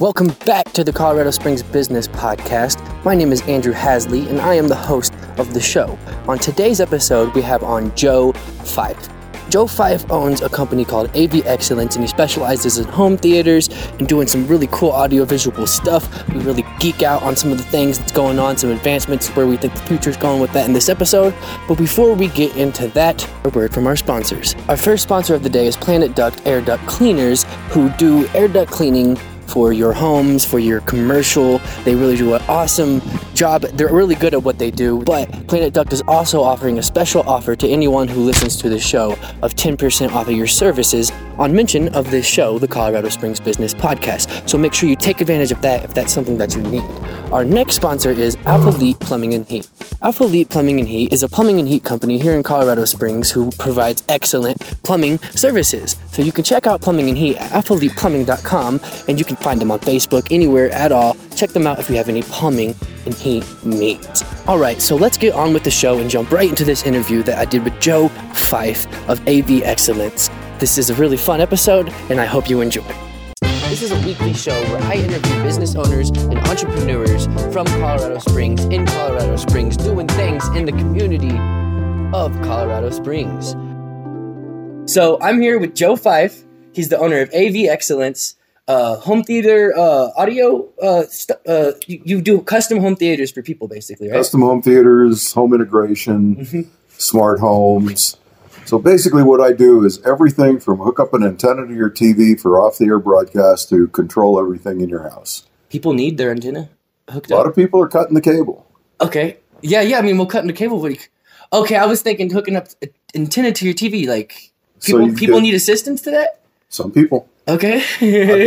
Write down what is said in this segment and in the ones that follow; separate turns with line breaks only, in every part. Welcome back to the Colorado Springs Business Podcast. My name is Andrew Hasley, and I am the host of the show. On today's episode, we have on Joe Fife. Joe Fife owns a company called AV Excellence, and he specializes in home theaters and doing some really cool audiovisual stuff. We really geek out on some of the things that's going on, some advancements where we think the future's going with that in this episode. But before we get into that, a word from our sponsors. Our first sponsor of the day is Planet Duct Air Duct Cleaners, who do air duct cleaning for your homes, for your commercial. They really do an awesome job. They're really good at what they do. But Planet Duct is also offering a special offer to anyone who listens to the show of 10% off of your services on mention of this show, the Colorado Springs Business Podcast. So make sure you take advantage of that if that's something that you need. Our next sponsor is Alpha Elite Plumbing and Heat. Alpha Elite Plumbing and Heat is a plumbing and heat company here in Colorado Springs who provides excellent plumbing services. So you can check out Plumbing and Heat at alphaeliteplumbing.com and you can find them on Facebook anywhere at all. Check them out if you have any plumbing and heat needs. All right, so let's get on with the show and jump right into this interview that I did with Joe Fife of AV Excellence. This is a really fun episode and I hope you enjoy. This is a weekly show where I interview business owners and entrepreneurs from Colorado Springs, in Colorado Springs, doing things in the community of Colorado Springs. So I'm here with Joe Fife. He's the owner of AV Excellence, uh, home theater uh, audio. Uh, st- uh, you, you do custom home theaters for people, basically, right?
custom home theaters, home integration,
Mm-hmm.
smart homes. So basically, what I do is everything from hook up an antenna to your TV for off the air broadcast to control everything in your house.
People need their antenna hooked
A lot
up.
of people are cutting the cable.
Okay. Yeah, yeah. I mean, we'll cut into cable. Like, okay, I was thinking hooking up a- antenna to your TV. Like,
So
people
you
people
get-
need assistance to that.
Some people.
Okay.
I've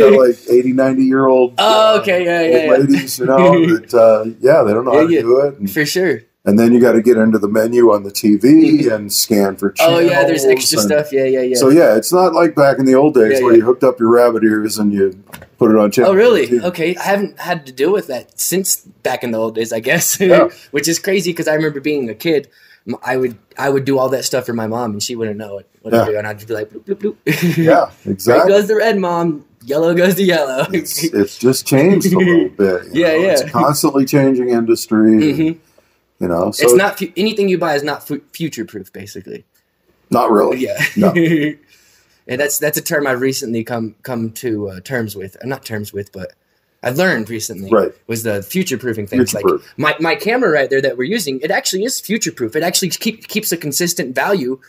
got like 80, 90 year old uh,
oh, okay. Yeah, yeah, yeah.
ladies, you know, that, uh, yeah, they don't know how to
Yeah, yeah.
do it. And,
For sure.
and then you got to get into the menu on the TV and scan for
Mm-hmm. Oh, yeah. There's
channels
extra
and-
stuff. Yeah, yeah, yeah.
So yeah, it's not like back in the old days
Yeah,
where
yeah.
you hooked up your rabbit ears and you put it on channel.
Oh, really?
13.
Okay. I haven't had to deal with that since back in the old days, I guess.
Yeah.
Which is crazy because I remember being a kid. m- I would I would do all that stuff for my mom, and she wouldn't know it. Whatever, and I'd just be like, bloop, bloop, bloop.
Yeah,
Red
exactly.
goes the red, mom. Yellow goes the yellow.
it's, it's just changed a little bit. you
Yeah,
know.
yeah.
It's a constantly changing industry.
Mhm.
You know, so
it's not fu- anything you buy is not fu- future proof, basically.
not really.
Yeah.
No.
and that's that's a term I've recently come come to uh, terms with. Uh, not terms with, but I learned recently.
Right.
Was the future proofing things like
Future-proof.
my my camera right there that we're using? It actually is future proof. It actually keep, keeps a consistent value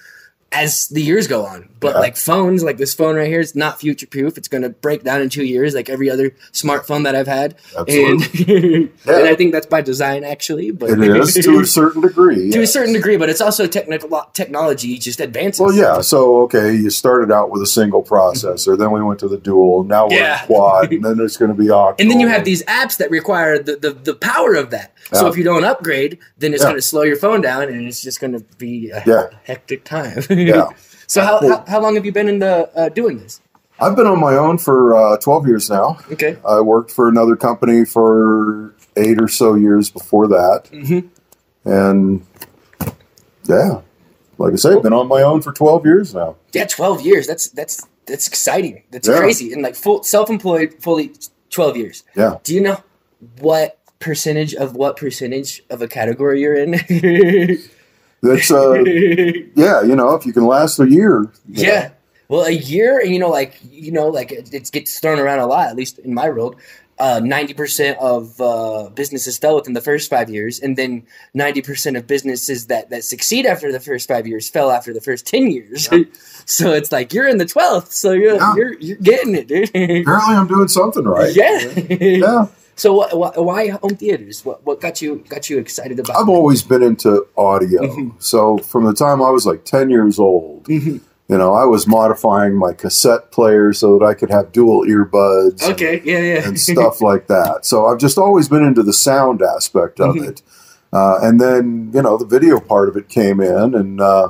as the years go on. But
Yeah.
like phones, like this phone right here, it's not future proof. It's going to break down in two years, like every other smartphone that I've had. And, and I think that's by design, actually. But
It is to a certain degree.
to a
yes.
certain degree, but it's also technical technology just advances.
Well, yeah. So, okay, you started out with a single processor, then we went to the dual, now we're
Yeah.
in quad, and then there's going to be octal.
And then you have these apps that require the, the, the power of that. So
Yeah.
if you don't upgrade, then it's
Yeah.
going to slow your phone down and it's just going to be a
Yeah.
hectic time.
Yeah.
So how,
Cool.
how, how long have you been in the, uh, doing this?
I've been on my own for uh, 12 years now.
Okay.
I worked for another company for eight or so years before that.
Mhm.
And yeah, like I say, been on my own for 12 years now.
Yeah, 12 years. That's that's that's exciting. That's
Yeah.
crazy. And like full self-employed fully 12 years.
Yeah.
Do you know what percentage of what percentage of a category you're in?
That's, uh, yeah, you know, if you can last a year. you know.
Yeah. Well, a year, and you know, like you know, like it, it gets thrown around a lot. At least in my world, Uh, ninety percent of uh, businesses fail within the first five years, and then ninety percent of businesses that that succeed after the first five years fell after the first ten years.
Yeah.
so it's like you're in the twelfth, so you're
Yeah.
you're you're getting it, dude.
Apparently, I'm doing something right.
yeah.
Yeah.
So wh- wh- why home theaters? What what got you got you excited about?
I've
it?
always been into audio.
Mm-hmm.
So from the time I was like 10 years old, you know, I was modifying my cassette player so that I could have dual earbuds. and
Okay. Yeah. Yeah.
and stuff like that. So I've just always been into the sound aspect of it. Uh, and then, you know, the video part of it came in. And, uh,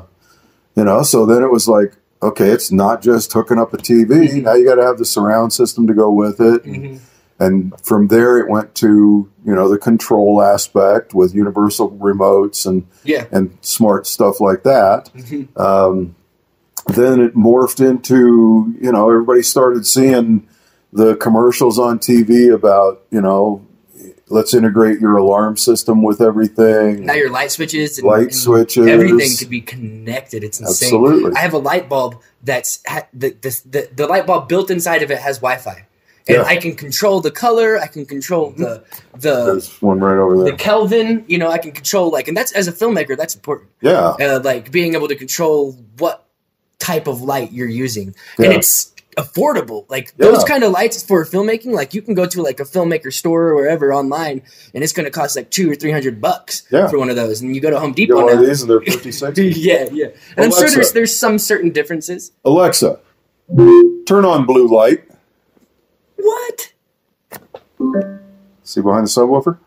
you know, so then it was like, okay, it's not just hooking up a TV. Now you got to have the surround system to go with it.
Mm-hmm.
And from there, it went to, you know, the control aspect with universal remotes and,
yeah. Mm-hmm.
and smart stuff like that. Um, then it morphed into, you know, everybody started seeing the commercials on TV about you know let's integrate your alarm system with everything.
Now your light switches, and,
Light
and
switches.
everything could be connected. It's insane.
Absolutely.
I have a light bulb that's ha- the, the the the light bulb built inside of it has Wi-Fi, and
Yeah. Mm-hmm.
I can control the color. I can control the the
There's one right over
the
there.
Kelvin. You know, I can control like, and that's as a filmmaker, that's important.
Yeah,
Uh, like being able to control what type of light you're using, and
Yeah.
it's affordable. Like those
Yeah.
kind of lights for filmmaking, like you can go to like a filmmaker store or wherever online, and it's going to cost like two or three hundred bucks
Yeah.
for one of those. And you go to Home
you get
Depot
one of
now.
these and they're fifty six.
Yeah, yeah, and I'm sure
Alexa.
there's there's some certain differences.
Alexa, turn on blue light.
What?
See behind the subwoofer.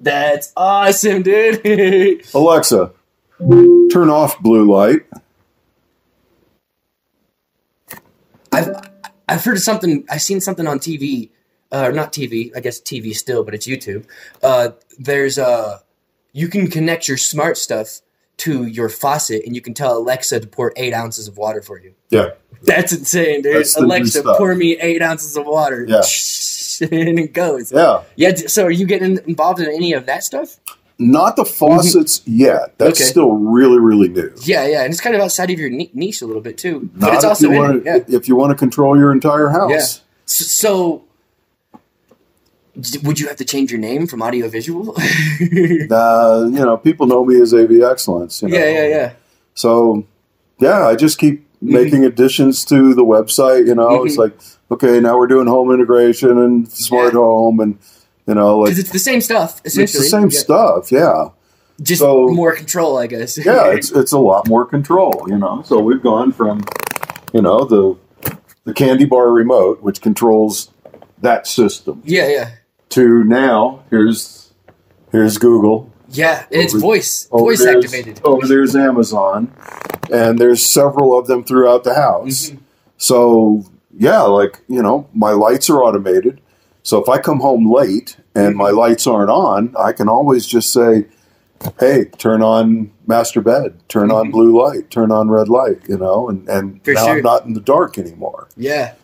That's awesome, dude.
Alexa, turn off blue light.
I've I've heard of something. I've seen something on TV, uh, or not TV. I guess TV still, but it's YouTube. Uh, there's uh, you can connect your smart stuff to your faucet, and you can tell Alexa to pour eight ounces of water for you.
Yeah,
That's insane, dude.
That's the new
Alexa,
stuff.
pour me eight ounces of water.
Yeah.
and it goes.
yeah.
Yeah. d- So, are you getting involved in any of that stuff?
Not the faucets yet. That's
Mm-hmm. Okay.
still really, really new.
Yeah, yeah, and it's kind of outside of your ni- niche a little bit too,
Not
but it's
if
also
you
in
wanna-
it. Yeah.
if you want to control your entire house.
S- So, d- would you have to change your name from audiovisual? yeah,
Uh, you know, people know me as AV Excellence. You know?
yeah, yeah. Mm-hmm.
So, yeah, I just keep making additions to the website. You know, it's
Mhm.
like, okay, now we're doing home integration and smart
Yeah.
home, and you know, like
Because it's the same stuff,
it's
essentially.
the same
Yeah.
stuff. Yeah,
Just
so-
more control, I guess.
yeah, it's it's a lot more control. You know, so we've gone from, you know, the the candy bar remote, which controls that system,
yeah, yeah,
to now here's here's Google.
yeah. And it's
Over-
voice,
Over
voice
Oh, there's-
activated.
Over there's Amazon, and there's several of them throughout the house.
Mm-hmm.
So yeah, like you know, my lights are automated. So if I come home late and
Mm-hmm.
my lights aren't on, I can always just say, "Hey, turn on master bed, turn on blue light, turn on red light," you know, and and
Mm-hmm. For
now
sure.
I'm not in the dark anymore.
Yeah.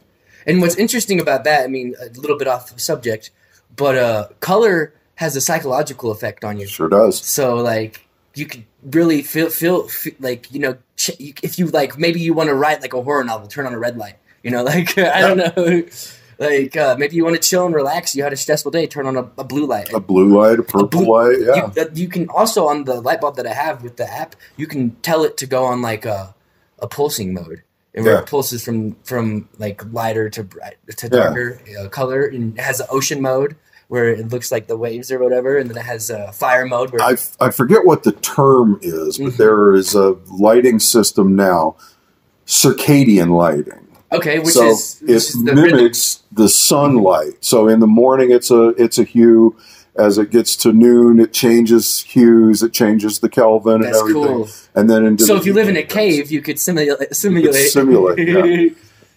And what's interesting about that, I mean, a little bit off subject, but uh, color has a psychological effect on you.
Sure does.
So like you could really feel feel, feel like you know ch- you- if you like maybe you want to write like a horror novel, turn on a red light. You know, like I don't know, like uh, maybe you want to chill and relax. You had a stressful day, turn on a, a blue light.
A blue light, a purple
blue-
light, Uh, yeah.
You, uh, you can also on the light bulb that I have with the app, you can tell it to go on like a, a pulsing mode, and where
Yeah.
it pulses from from like lighter to bright to
Yeah.
darker uh, color, and it has an ocean mode where it looks like the waves or whatever, and then it has a fire mode where
I, I forget what the term is,
Mm-hmm.
but there is a lighting system now, circadian lighting.
Okay, which
so
is which
it
is the rhythm.
mimics the sunlight. So in the morning, it's a it's a hue. As it gets to noon, it changes hues. It changes the Kelvin
That's
and everything.
cool.
And then into
So
the
if you live in a
evening.
cave, you could simulate simulate Mm-hmm.
simulate, yeah.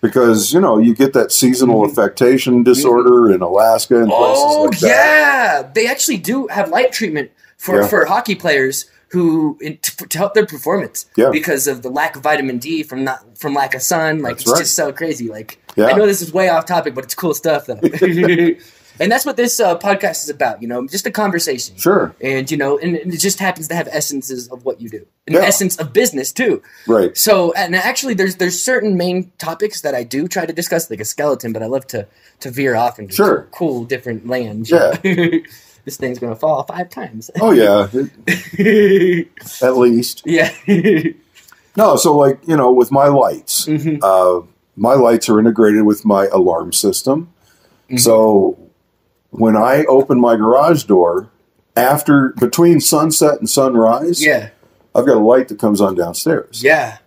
because you know you get that seasonal affectation disorder in Alaska and
oh
places like that.
yeah, they actually do have light treatment for
Yeah.
for hockey players who in, to, to help their performance
Yeah.
because of the lack of vitamin D from not from lack of sun. Like
That's
it's
right.
just so crazy. Like
Yeah.
I know this is way off topic, but it's cool stuff though. and that's what this uh, podcast is about. You know, just a conversation.
Sure,
And you know, and it just happens to have essences of what you do, an
Yeah.
essence of business too.
right.
So and actually, there's there's certain main topics that I do try to discuss, like a skeleton, but I love to to veer off into
Sure.
cool different lands.
Yeah.
this thing's gonna fall five times.
Oh yeah, it- at least.
yeah.
No, so like you know, with my lights,
Mm-hmm.
uh, my lights are integrated with my alarm system.
Mm-hmm.
So when I open my garage door after between sunset and sunrise,
yeah.
I've got a light that comes on downstairs.
Yeah.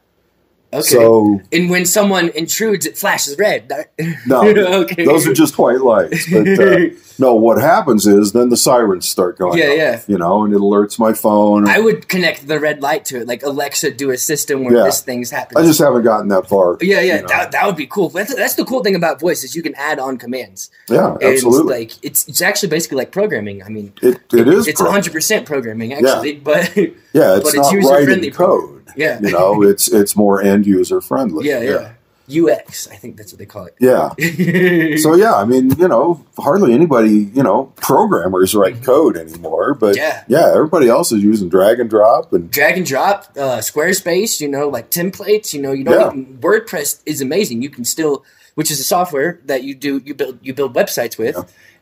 Okay.
So
and when someone intrudes, it flashes red.
no,
Okay.
those are just white lights. But uh, no, what happens is then the sirens start going.
Yeah,
off,
yeah.
You know, and it alerts my phone.
I
I,
would connect the red light to it, like Alexa, do a system where
Yeah.
this thing's happening.
just haven't gotten that far.
yeah, yeah,
you know.
that, that would be cool. That's, that's the cool thing about voice is you can add on commands.
yeah,
And,
absolutely.
like it's it's actually basically like programming. I mean,
it, it is.
it's
perfect.
100% programming actually but but
Yeah, it's
it's
not
user
writing
friendly
code.
Yeah.
you know, it's it's more end user friendly.
yeah yeah UX. I think that's what they call
Yeah.
it.
So yeah, I mean, you know, hardly anybody, you know, programmers write code anymore, but
Mm-hmm. Yeah.
everybody else is using drag and drop and
drag and drop, uh, Squarespace, you know, like templates, you know, you don't
Yeah.
even, WordPress is amazing. You can still, which is a software that you do, you build, you build websites with.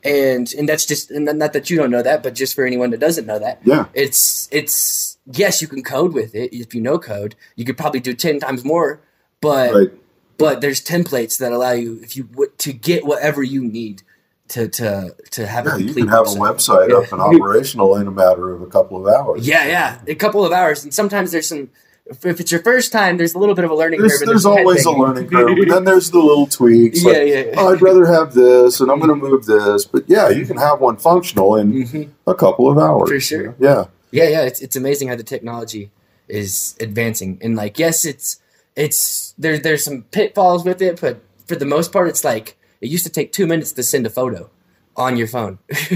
And, and that's just, and not that you don't know that, but just for anyone that doesn't know that,
yeah.
it's, it's, yes, you can code with it. If you know code, you could probably do 10 times more, but,
Right.
but there's templates that allow you, if you, w- to get whatever you need to, to, to have
Yeah,
a
you
complete
can have
website.
a website up and operational in a matter of a couple of hours.
Yeah, yeah, a couple of hours, and sometimes there's some. If if it's your first time, there's a little bit of a learning
There's,
curve. and
there's
some
always a
headbanging.
learning curve, and then there's the little tweaks.
Yeah,
like,
yeah, yeah.
"Oh, I'd rather have this, and I'm going to move this. But yeah, you can have one functional in
Mhm.
a couple of hours.
For sure.
Yeah.
Yeah, yeah, it's it's amazing how the technology is advancing, and like, yes, it's it's there. There's some pitfalls with it, but for the most part, it's like it used to take two minutes to send a photo on your phone.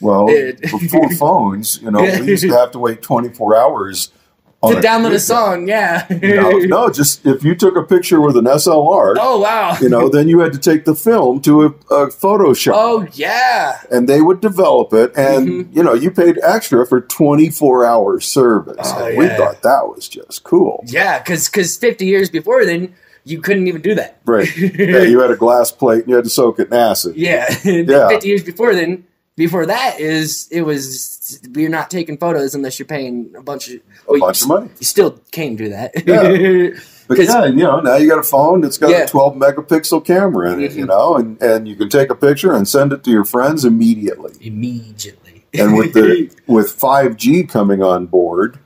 Well,
It-
before phones, you know, we used to have to wait 24 hours on
to download a
picture.
song, yeah.
You know, no, just if you took a picture with an SLR,
Oh wow.
you know, then you had to take the film to a, a Photoshop,
Oh Mm-hmm. yeah.
and they would develop it, and you know, you paid extra for 24 hour service.
Oh,
and we
yeah.
thought that was just cool,
Yeah, because because 50 years before then, you couldn't even do that.
right? yeah, you had a glass plate, and you had to soak it in acid.
Yeah.
Yeah.
50 years before then, before that is it was you're not taking photos unless you're paying a bunch of
A bunch of money.
You still can't do that.
Yeah. But
'Cause-
yeah, you know, now you got a phone that's got
Yeah. Mm-hmm.
a 12 megapixel camera in it, you know, and, and you can take a picture and send it to your friends immediately.
Immediately.
And with the with 5G coming on board,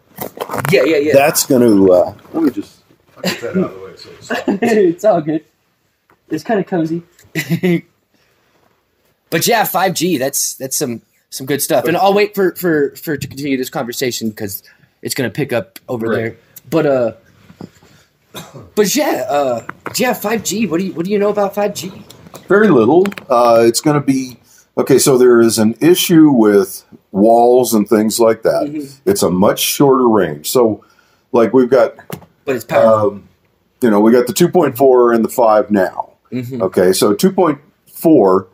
yeah, yeah, yeah.
that's going to uh, let me just
I'll get that out of the way. So it's
it's all good. It's kind of cozy. but yeah, 5G, that's that's some some good stuff. And I'll wait for for for to continue this conversation cuz it's going to pick up over
Right.
there. But uh but yeah, uh yeah, 5G. What do you what do you know about 5G?
very little. Uh, it's going to be okay. So there is an issue with walls and things like that. It's a much shorter range. So, like we've got
But it's powerful.
um, you know, we got the 2.4 and the 5 now.
Mm-hmm.
Okay, so 2.4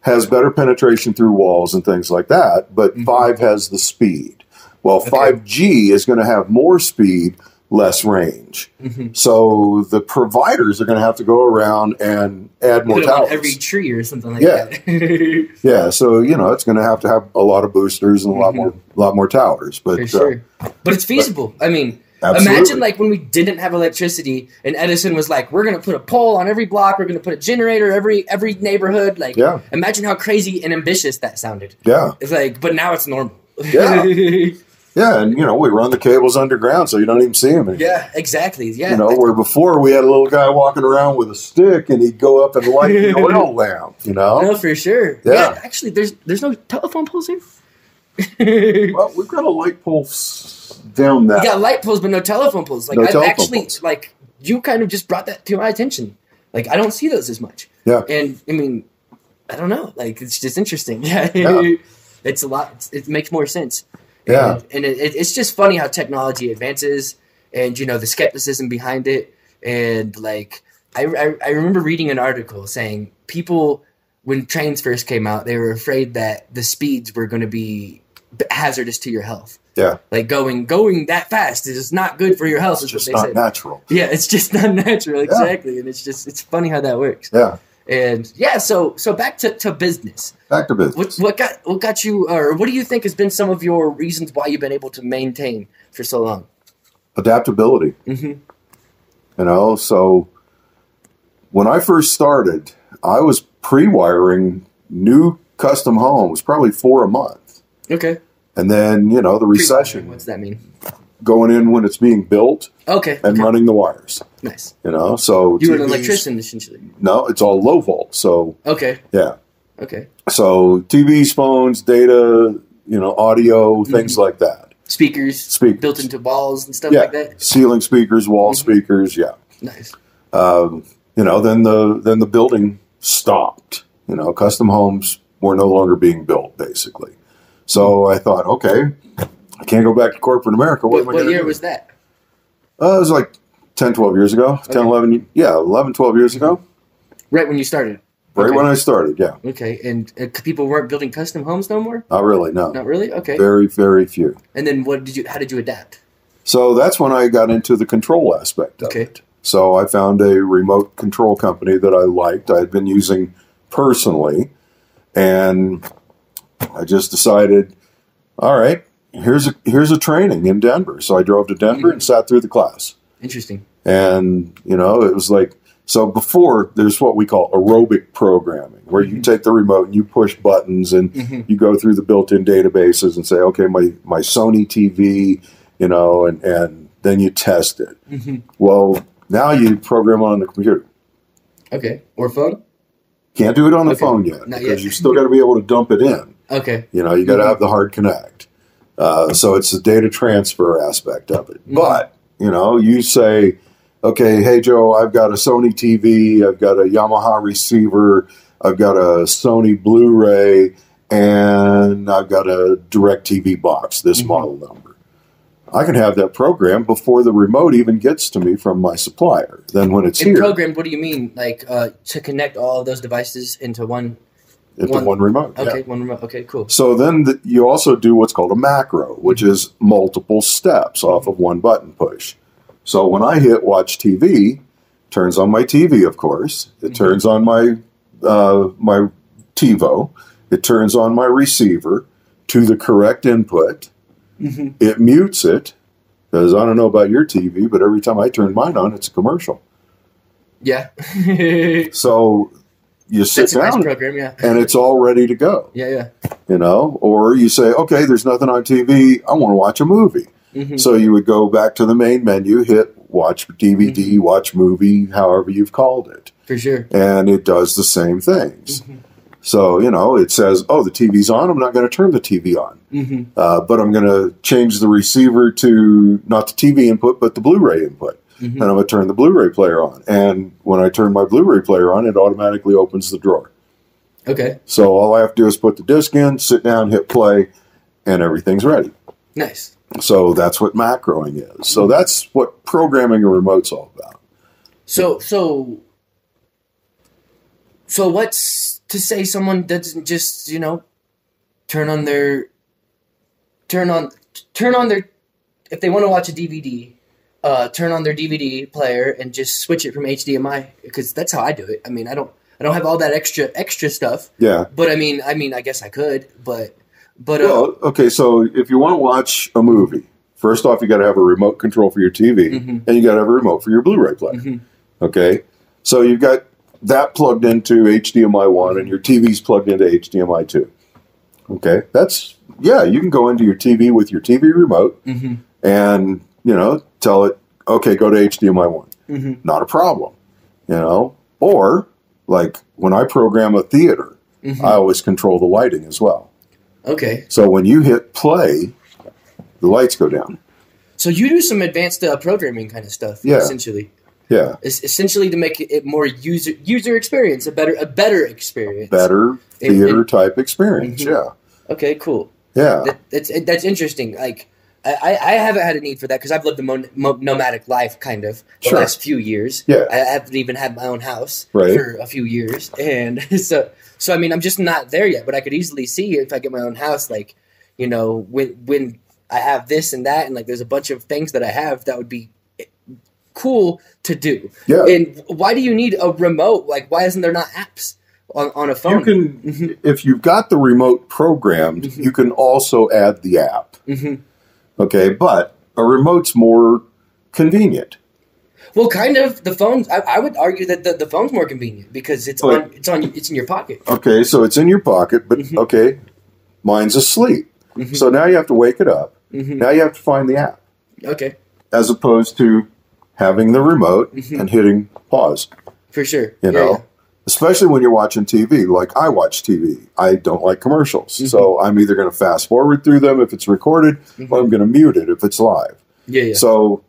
has better penetration through walls and things like that, but
Mm-hmm.
5 has the speed. Well, 5G is going to have more speed, less range.
Mm-hmm.
So the providers are going to have to go around and add more
Put it on
towers.
every tree or something like
Yeah.
that.
yeah, so you know, it's going to have to have a lot of boosters and a lot more lot more towers, but
Mm-hmm. For
uh,
sure. But it's feasible. I mean,
Absolutely.
imagine like when we didn't have electricity and Edison was like, we're going to put a pole on every block, we're going to put a generator every every neighborhood. Like,
Yeah.
imagine how crazy and ambitious that sounded.
yeah.
It's like, but now it's normal.
Yeah. Yeah, and you know, we run the cables underground so you don't even see them anymore.
yeah, exactly. Yeah.
You know, where before we had a little guy walking around with a stick and he'd go up and light the oil lamp, you know?
no, for sure.
Yeah.
Actually, there's there's no telephone poles here.
Well, we've got a light pole s- down
You got
that.
light poles, but no telephone poles. Like
No
I've
telephone
actually
poles.
like you kind of just brought that to my attention. Like I don't see those as much.
Yeah.
And I mean, I don't know. Like it's just interesting. Yeah.
Yeah.
it's a lot. it's- It makes more sense.
Yeah.
And, and it, it- it's just funny how technology advances, and you know the skepticism behind it, and like I I, I remember reading an article saying people. When trains first came out, they were afraid that the speeds were going to be hazardous to your health
Yeah.
like going going that fast is just not good for your health. is
It's
what
just
they
not
said.
natural.
yeah, it's just not natural, exactly. And it's just it's funny how that works.
Yeah.
And yeah, so so back to, to business.
Back to
What
business.
what got what got you uh, or what do you think has been some of your reasons why you've been able to maintain for so long?
Adaptability.
Mhm.
You know, so when I first started, I was pre wiring new custom homes, probably four a month.
Okay.
And then, you know, the recession
What's that mean?
going in when it's being built
Okay.
and
okay,
running the wires,
Nice.
you know? So
You were an
TVs
electrician essentially.
No, it's all low volt. So
Okay.
yeah,
Okay.
so TVs, phones, data, you know, audio,
Mm-hmm.
things like that.
Speakers,
Speakers.
built into walls and stuff
Yeah,
like that. Mm-hmm.
ceiling speakers, wall speakers. Yeah,
Nice.
um, you know, then the then the building stopped. You know, custom homes were no longer being built, basically. So I thought, okay, I can't go back to corporate America. What,
What,
am I
what
gonna
year
do?
was that?
Uh, it was like 10, 12 years ago, 10, 11, yeah, 11, 12 years ago,
Right when you started.
right
Mm-hmm. Okay.
when I started. Yeah,
Okay, and uh, people weren't building custom homes no more.
not really, no.
Not really. Okay.
Very, very few.
And then what did you? How did you adapt?
So that's when I got into the control aspect of
Okay.
it. So I found a remote control company that I liked. I had been using personally, and I just decided, all right, here's a here's a training in Denver. So I drove to Denver and sat through the class.
Interesting.
And you know, it was like so before there's what we call aerobic programming, where you take the remote and you push buttons and
Mhm.
you go through the built-in databases and say, okay, my my Sony TV, you know, and and then you test it.
Mhm.
Well, now you program on the computer.
Okay. Or phone.
Can't do it on the
Okay.
phone yet
Not
because
yet.
you still got to be able to dump it in.
Okay.
You know, you
Mm-hmm.
got to have the hard connect. Uh, so it's the data transfer aspect of it.
Mhm.
But you know, you say, okay, hey Joe, I've got a Sony TV, I've got a Yamaha receiver, I've got a Sony Blu-ray, and I've got a DirecTV box. This
Mhm.
model number. I can have that program before the remote even gets to me from my supplier. Then when it's
In
here,
programmed, what do you mean? Like uh, to connect all of those devices into one?
it's
one-
the one remote. yeah.
Okay, one remote. Okay, cool.
So then th you also do what's called a macro, which is multiple steps off of one button push. So when I hit watch TV, turns on my TV, of course. It
Mhm.
turns on my uh, my TiVo. It turns on my receiver to the correct input.
Mm-hmm.
It mutes it because I don't know about your TV, but every time I turn mine on, it's a commercial.
Yeah.
So you sit
That's a nice
down
program. Yeah.
and it's all ready to go.
Yeah. Yeah.
you know, or you say, okay, there's nothing on TV. I want to watch a movie.
Mhm.
So you would go back to the main menu, hit watch DVD, watch movie, however you've called it.
For sure.
And it does the same things.
Mm-hmm.
So, you know, it says, oh, the TV's on. I'm not going to turn the TV on.
Mm-hmm.
Uh, but I'm going to change the receiver to not the TV input, but the Blu ray input.
Mhm.
And I'm going to turn the Blu ray player on. And when I turn my Blu ray player on, it automatically opens the drawer.
Okay.
So all I have to do is put the disc in, sit down, hit play, and everything's ready.
Nice.
So that's what macroing is. So that's what programming a remote's all about.
So so. So what's to say someone doesn't just you know, turn on their. Turn on, turn on their, if they want to watch a DVD, uh, turn on their DVD player and just switch it from HDMI because that's how I do it. I mean, I don't, I don't have all that extra extra stuff.
Yeah.
But I mean, I mean, I guess I could, but but uh,
Well, okay, so if you want to watch a movie, first off you got to have a remote control for your TV
Mhm.
and you got to have a remote for your Blu-ray player.
Mhm.
Okay? So you've got that plugged into HDMI 1 and your TV's plugged into HDMI 2. Okay? That's yeah, you can go into your TV with your TV remote
mhm,
and you know tell it okay go to hdmi one
mhm.
not a problem you know or like when i program a theater
Mhm.
i always control the lighting as well
okay,
so when you hit play the lights go down
so you do some advanced uh, programming kind of stuff,
Yeah.
Essentially,
yeah
es- essentially to make it more user user experience, a better a better experience.
better
It- it-
theater type experience
Mhm. Okay, cool.
yeah yeah
That, that's it- that's interesting. Like. I, I I haven't had a need for that because I've lived a mon- mo- nomadic life kind of the
Sure.
last few years.
Yeah.
I haven't even had my own house
Right.
for a few years, and so so I mean I'm just not there yet. But I could easily see if I get my own house, like you know when when I have this and that, and like there's a bunch of things that I have that would be eh, cool to do.
yeah
And why do you need a remote? Like why isn't there not apps on on a phone? Mm-hmm.
you can if you've got the remote programmed you can also add the app
Mhm.
okay but a remote's more convenient
Well, kind of the phones. I, I would argue that the, the phone's more convenient because it's
But-
on it's on it's in your pocket.
Okay, so it's in your pocket, but
Mm-hmm.
okay, mine's asleep. So now you have to wake it up.
Mm-hmm.
Now you have to find the app,
Okay,
as opposed to having the remote
Mm-hmm.
and hitting pause.
for sure.
You
Yeah,
know, especially when you're watching TV. Like I watch TV, I don't like commercials, so
Mm-hmm.
I'm either going to fast forward through them if it's recorded, or I'm going to mute it if it's live.
yeah, yeah. yeah.
So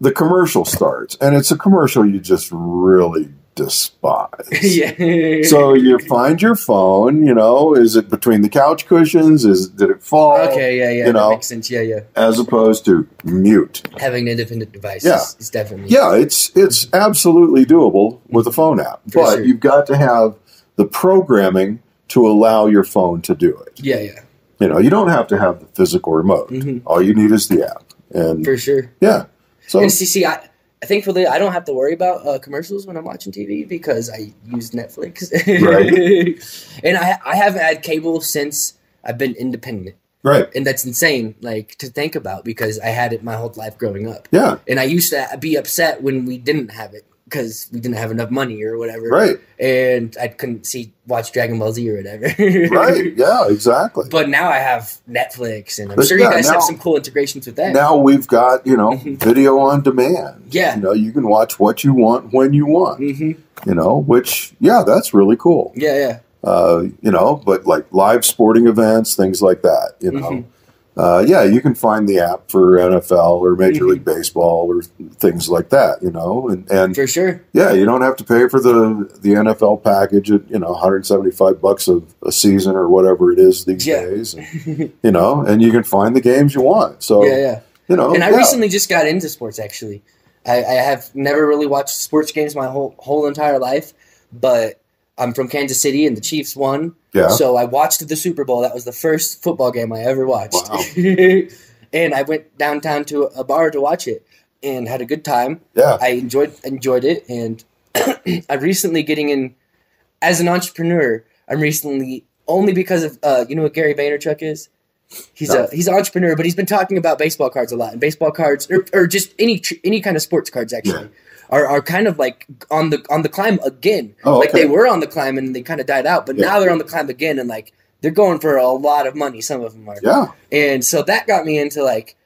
the commercial starts, and it's a commercial you just really despise.
yeah.
So you find your phone, you know, is it between the couch cushions? Is did it fall?
okay, yeah, yeah,
you
that
know.
makes sense. Yeah, yeah.
As opposed to mute.
Having an independent device
Yeah.
is, is definitely
Yeah, it's it's absolutely doable with a phone app.
For
but
sure.
you've got to have the programming to allow your phone to do it.
yeah, yeah,
You know, you don't have to have the physical remote.
Mhm.
All you need is the app. And
for sure.
yeah. So
And see, see, I, I thankfully I don't have to worry about uh, commercials when I'm watching TV because I use Netflix.
Right.
and I I haven't had cable since I've been independent,
right.
and that's insane. Like to think about because I had it my whole life growing up,
Yeah.
and I used to be upset when we didn't have it because we didn't have enough money or whatever,
Right.
And I couldn't see watch Dragon Ball Z or whatever,
Right. Yeah, exactly.
But now I have Netflix, and I'm
But
sure
yeah,
you guys
now-
have some cool integrations with that.
now we've got, you know,
Mhm.
video on demand.
Yeah.
You know, you can watch what you want when you want.
hmm
you know, which, yeah, that's really cool.
Yeah, yeah.
Uh, you know, but like live sporting events, things like that, you know.
Mhm.
Uh, yeah, you can find the app for NFL or Major
Mhm.
League Baseball or things like that, you know. And, and
For sure.
yeah, you don't have to pay for the, the NFL package at, you know, 175 bucks a, a season or whatever it is these
Yeah.
days, and, you know, and you can find the games you want. So,
Yeah, yeah.
you know,
and I
Oh. yeah.
recently just got into sports. Actually, I, I have never really watched sports games my whole whole entire life, but I'm from Kansas City, and the Chiefs won,
yeah,
so I watched the Super Bowl. That was the first football game I ever watched,
Wow.
and I went downtown to a bar to watch it and had a good time.
yeah,
I enjoyed enjoyed it, and I'm recently getting in as an entrepreneur. I'm recently only because of uh, you know what Gary Vaynerchuk is. He's
No.
a he's an entrepreneur, but he's been talking about baseball cards a lot, and baseball cards or, or just any tr- any kind of sports cards actually are, are kind of like on the on the climb again.
Oh,
Like
okay.
they were on the climb and they kind of died out, but
Yeah.
now they're on the climb again, and like they're going for a lot of money. Some of them are,
yeah,
and so that got me into like,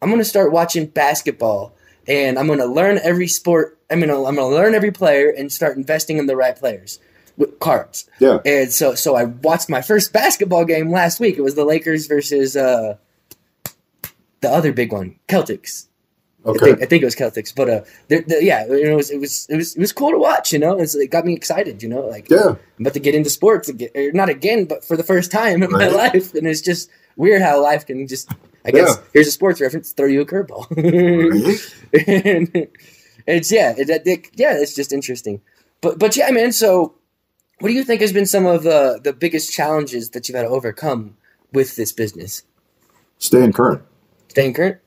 I'm gonna start watching basketball, and I'm gonna learn every sport. I mean, I'm gonna learn every player and start investing in the right players with cards.
yeah,
And so, so I watched my first basketball game last week. It was the Lakers versus uh, the other big one, Celtics. I,
okay,
think, I think it was Celtics, but uh, they're, they're- yeah, you know, it was, it was it was it was cool to watch. You know, and so it got me excited. You know, like
yeah,
I'm about to get into sports again, or not again, but for the first time in my
Right.
life, and it's just weird how life can just. I guess
Yeah.
here's a sports reference. Throw you a curveball.
Right?
and it's yeah, it, it- yeah, it's just interesting. But but yeah, man. So, what do you think has been some of the the biggest challenges that you've had to overcome with this business?
staying current.
Staying current.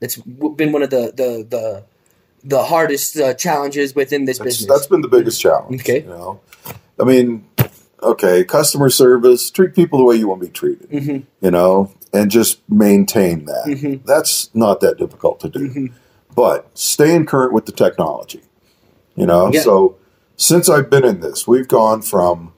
That's w- been one of the the the the hardest uh, challenges within this
That's,
business.
that's been the biggest challenge.
Okay.
You know, I mean, okay, customer service, treat people the way you want to be treated.
Mhm.
You know, and just maintain that.
Mhm.
That's not that difficult to do,
Mm-hmm.
but staying current with the technology. You know,
Yeah.
so since I've been in this, we've gone from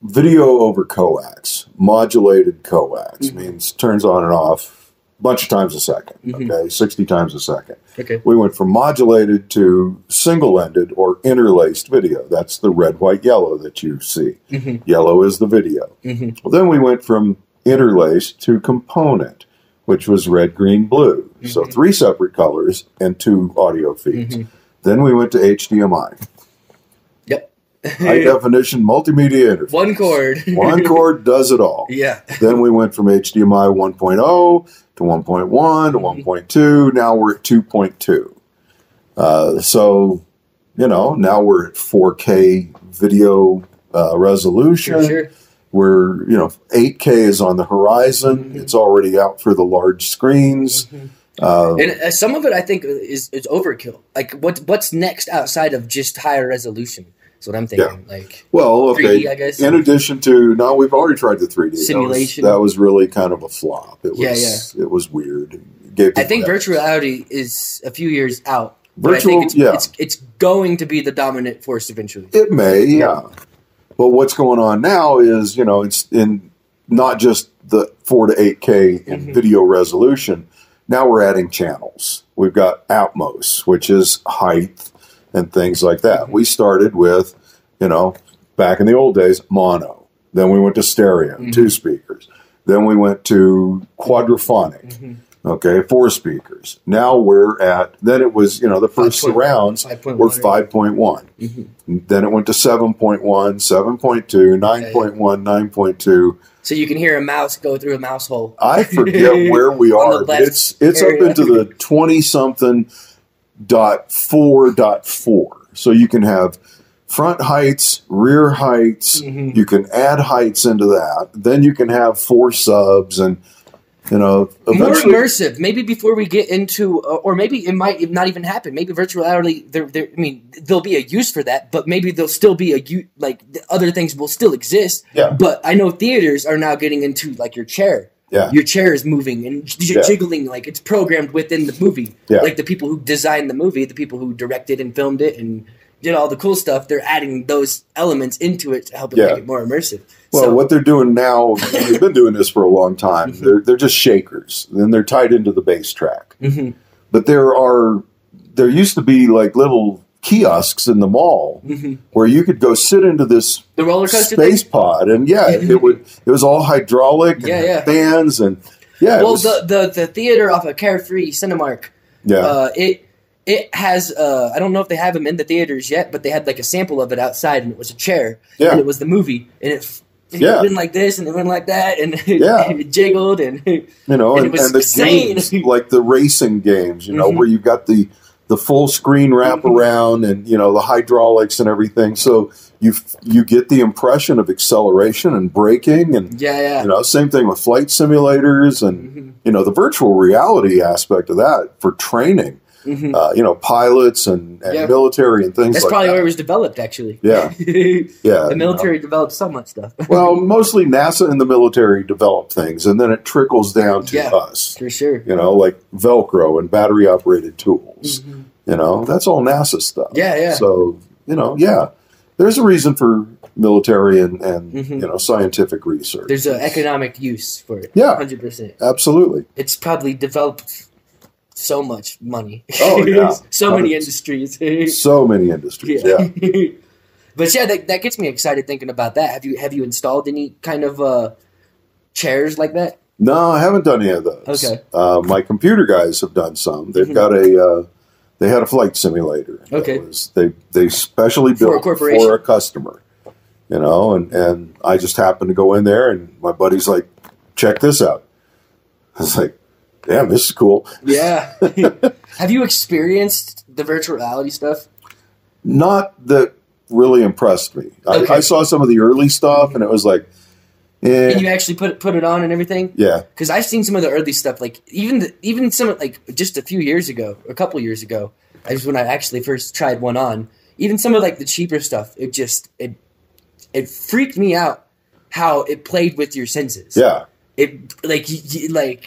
video over coax, modulated coax
Mm-hmm.
means turns on and off a bunch of times a 2nd
Mhm.
Okay, sixty times a second.
okay.
We went from modulated to single ended or interlaced video. That's the red, white, yellow that you see.
Mhm.
Yellow is the video.
Mhm.
Well, then we went from interlaced to component, which was red, green, blue. So three separate colors and two audio feeds. Then we went to HDMI,
Yep.
high definition multimedia interface.
One chord.
One cord does it all.
yeah.
Then we went from HDMI 1.0 to
Mm-hmm.
1.1 to 1.2. Now we're at 2.2. Uh, so, you know, now we're at 4K video uh, resolution.
Sure. sure.
We're, you know, 8K is on the horizon.
Mm-hmm.
It's already out for the large screens. Uh,
And uh, some of it, I think, is is overkill. Like, what what's next outside of just higher resolution? Is what I'm thinking. Like,
well, okay.
3D, I guess.
In addition to, no, we've already tried the 3D. That was-
Simulation.
That was, really kind of a flop. It was,
Yeah,
It was weird. It gave
I
people
think
headaches.
virtual reality is a few years out. but I
Virtual-
think it's,
yeah.
it's it's going to be the dominant force eventually.
It may, yeah. But what's going on now is, you know, it's in not just the four to eight K in video resolution. Now we're adding channels. We've got Atmos, which is height and things like that. We started with, you know, back in the old days, mono.
Mm-hmm.
Then we went to stereo, two speakers. Then we went to quadraphonic. Okay, four speakers. Now we're at, then it was, you know, the first
5.1,
rounds
5.1,
were
yeah.
5one
Mm-hmm.
Then it went to 7.1, 7.2, 9.1, 9.2.
So you can hear a mouse go through a mouse hole.
I forget where we
On the
are, but
left
it's, it's up
area.
into the 20 something dot four dot four. So you can have front heights, rear heights.
Mm-hmm.
You can add heights into that. Then you can have four subs and, you know,
More
eventually.
immersive. Maybe before we get into, uh, or maybe it might not even happen. Maybe virtual reality. There, there. I mean, there'll be a use for that, but maybe there'll still be a u- like the other things will still exist.
Yeah.
But I know theaters are now getting into like your chair.
Yeah.
Your chair is moving and j-
Yeah.
jiggling like it's programmed within the movie.
Yeah.
Like the people who designed the movie, the people who directed and filmed it and did all the cool stuff, they're adding those elements into it to help it
Yeah.
make it more immersive.
Well,
so, Mm-hmm.
what they're doing now, they've been doing this for a long time. They're they're just shakers, and they're tied into the bass track.
Mhm.
But there are there used to be like little kiosks in the mall where you could go sit into this
the Mm-hmm. roller coaster thing?
space pod, and yeah, it, it would it was all hydraulic, and
Yeah, yeah.
fans, and yeah, it
Well,
was-
the, the the theater off of Carefree Cinemark,
yeah,
uh, it it has. Uh, I don't know if they have them in the theaters yet, but they had like a sample of it outside, and it was a chair,
Yeah.
and it was the movie, and it. f- It
Yeah.
went like this, and it went like that, and it,
Yeah.
it jiggled, and
you know,
and
and,
it was
and the
insane. Mm-hmm.
games like the racing games, you know, where you've got the the full screen wraparound and you know the hydraulics and everything. So you you get the impression of acceleration and braking, and
yeah, yeah, Mm-hmm.
you know, same thing with flight simulators and you know the virtual reality aspect of that for training.
Mhm.
Uh, you know, pilots and, and
Yeah.
military and things
that's
like
probably
that.
where it was developed, actually.
Yeah. yeah,
the
you know.
military developed so much stuff
Well, mostly NASA and the military develop things, and then it trickles down to
Yeah.
us
for sure.
you know, like Velcro and battery operated tools. You know, that's all NASA stuff.
Mm-hmm. Yeah, yeah.
So, you know, yeah, there's a reason for military and, and
Mhm.
you know, scientific research.
There's an economic use for it.
Yeah.
hundred percent.
Absolutely.
It's probably developed so much money.
Oh, yeah.
so many
Hundreds.
industries.
So many industries. Yeah.
but yeah, that, that gets me excited thinking about that. Have you have you installed any kind of uh, chairs like that?
No, I haven't done any of those.
Okay. Mm-hmm.
Uh, my computer guys have done some. They've got a, uh, they had a flight simulator. that
Okay.
was- they they specially
For a
built for a,
corporation.
customer, you know, and and I just happened to go in there, and my buddy's like, "Check this out." I was like, "Damn, this is cool."
Yeah. have you experienced the virtual reality stuff?
Not that really impressed me.
Okay.
I, I saw some of the early stuff, and it was like, eh,
Can you actually put it, put it on and everything?
yeah,
Because I've seen some of the early stuff, like even the, even some of- like just a few years ago, a couple years ago, is when I actually first tried one on. Even some of like the cheaper stuff, it just it it freaked me out how it played with your senses.
yeah.
it like y y like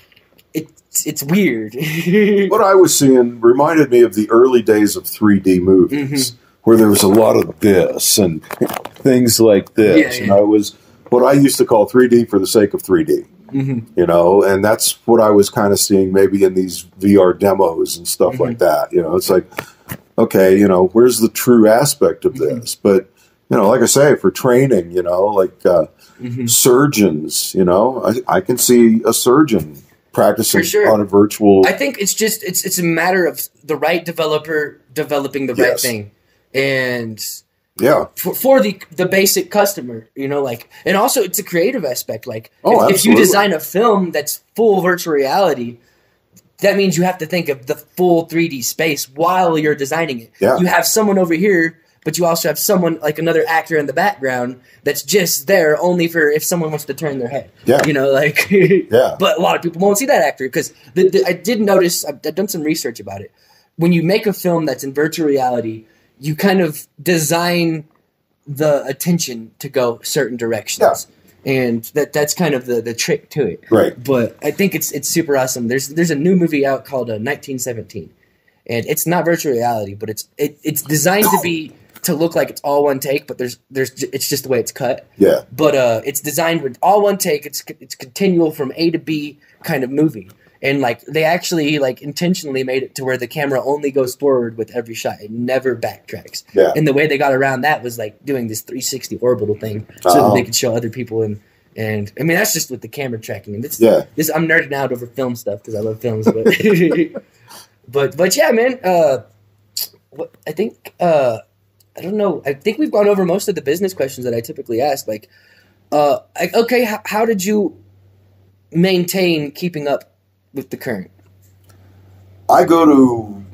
it's it's weird.
what I was seeing reminded me of the early days of 3D movies,
Mm-hmm.
where there was a lot of this and things like this.
Yeah,
And
yeah.
I was what I used to call 3D for the sake of 3D,
Mhm.
you know, and that's what I was kind of seeing maybe in these VR demos and stuff
Mm-hmm.
like that. You know, it's like, okay, you know, where's the true aspect of
Mm-hmm.
this? But you know, like I say, for training, you know, like uh,
Mm-hmm.
surgeons, you know, I, I can see a surgeon practicing
For sure.
on a virtual.
I think it's just it's it's a matter of the right developer developing the right
Yes.
thing, and
yeah.
for, for the the basic customer, you know, like and also it's a creative aspect. Like
Oh,
if, if you
absolutely.
design a film that's full virtual reality. That means you have to think of the full 3D space while you're designing it.
Yeah.
You have someone over here, but you also have someone like another actor in the background that's just there only for if someone wants to turn their head.
Yeah.
You know, like
Yeah.
But a lot of people won't see that actor because the, the, I did notice I've, I've done some research about it. When you make a film that's in virtual reality, you kind of design the attention to go certain directions, and that that's kind of the the trick to it.
Right.
But I think it's it's super awesome. There's there's a new movie out called uh, 1917, and it's not virtual reality, but it's it, it's designed to be to look like it's all one take, but there's there's j- it's just the way it's cut
Yeah.
but uh, it's designed with all one take. It's it's continual from A to B kind of movie, and like they actually like intentionally made it to where the camera only goes forward with every shot. It never backtracks.
Yeah.
And the way they got around that was like doing this 360 orbital thing, so
Oh.
that they could show other people in And I mean, that's just with the camera tracking. And this,
Yeah.
this I'm nerding out over film stuff because I love films. But, but, but yeah, man. Uh, what, I think uh, I don't know. I think we've gone over most of the business questions that I typically ask. Like, uh, like okay, how, how did you maintain keeping up with the current?
I go to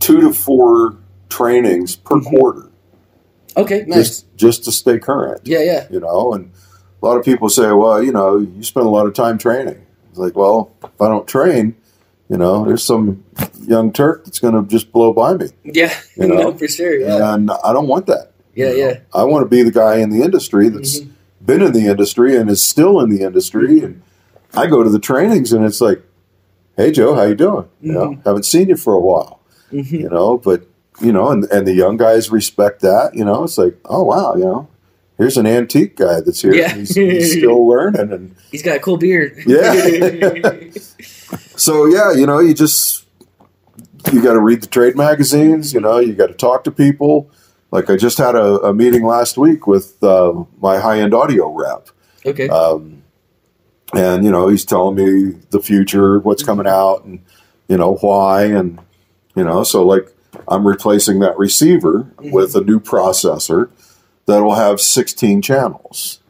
two to four trainings per quarter
Okay, Mm-hmm. nice.
just just to stay current.
Yeah, yeah.
you know and a lot of people say well you know you spend a lot of time training it's like well if i don't train you know there's some young turk that's going to just blow by me
Yeah,
You
no,
know?
for sure. Yeah,
and i don't want that
yeah,
you know? Mm-hmm.
yeah.
i want to be the guy in the industry that's been in the industry and is still in the industry and i go to the trainings and it's like hey joe how you doing you know haven't seen you for a while
Mhm.
you know but you know and, and the young guys respect that you know it's like oh wow you know here's an antique guy that's here
Yeah.
he's, he's still learning and
He's got a cool beard.
Yeah. so yeah you know you just you got to read the trade magazines you know you got to talk to people like i just had a, a meeting last week with uh, my high-end audio rep
okay.
um, and you know he's telling me the future what's coming out and you know why and you know so like i'm replacing that receiver with a new processor that will have 16 channels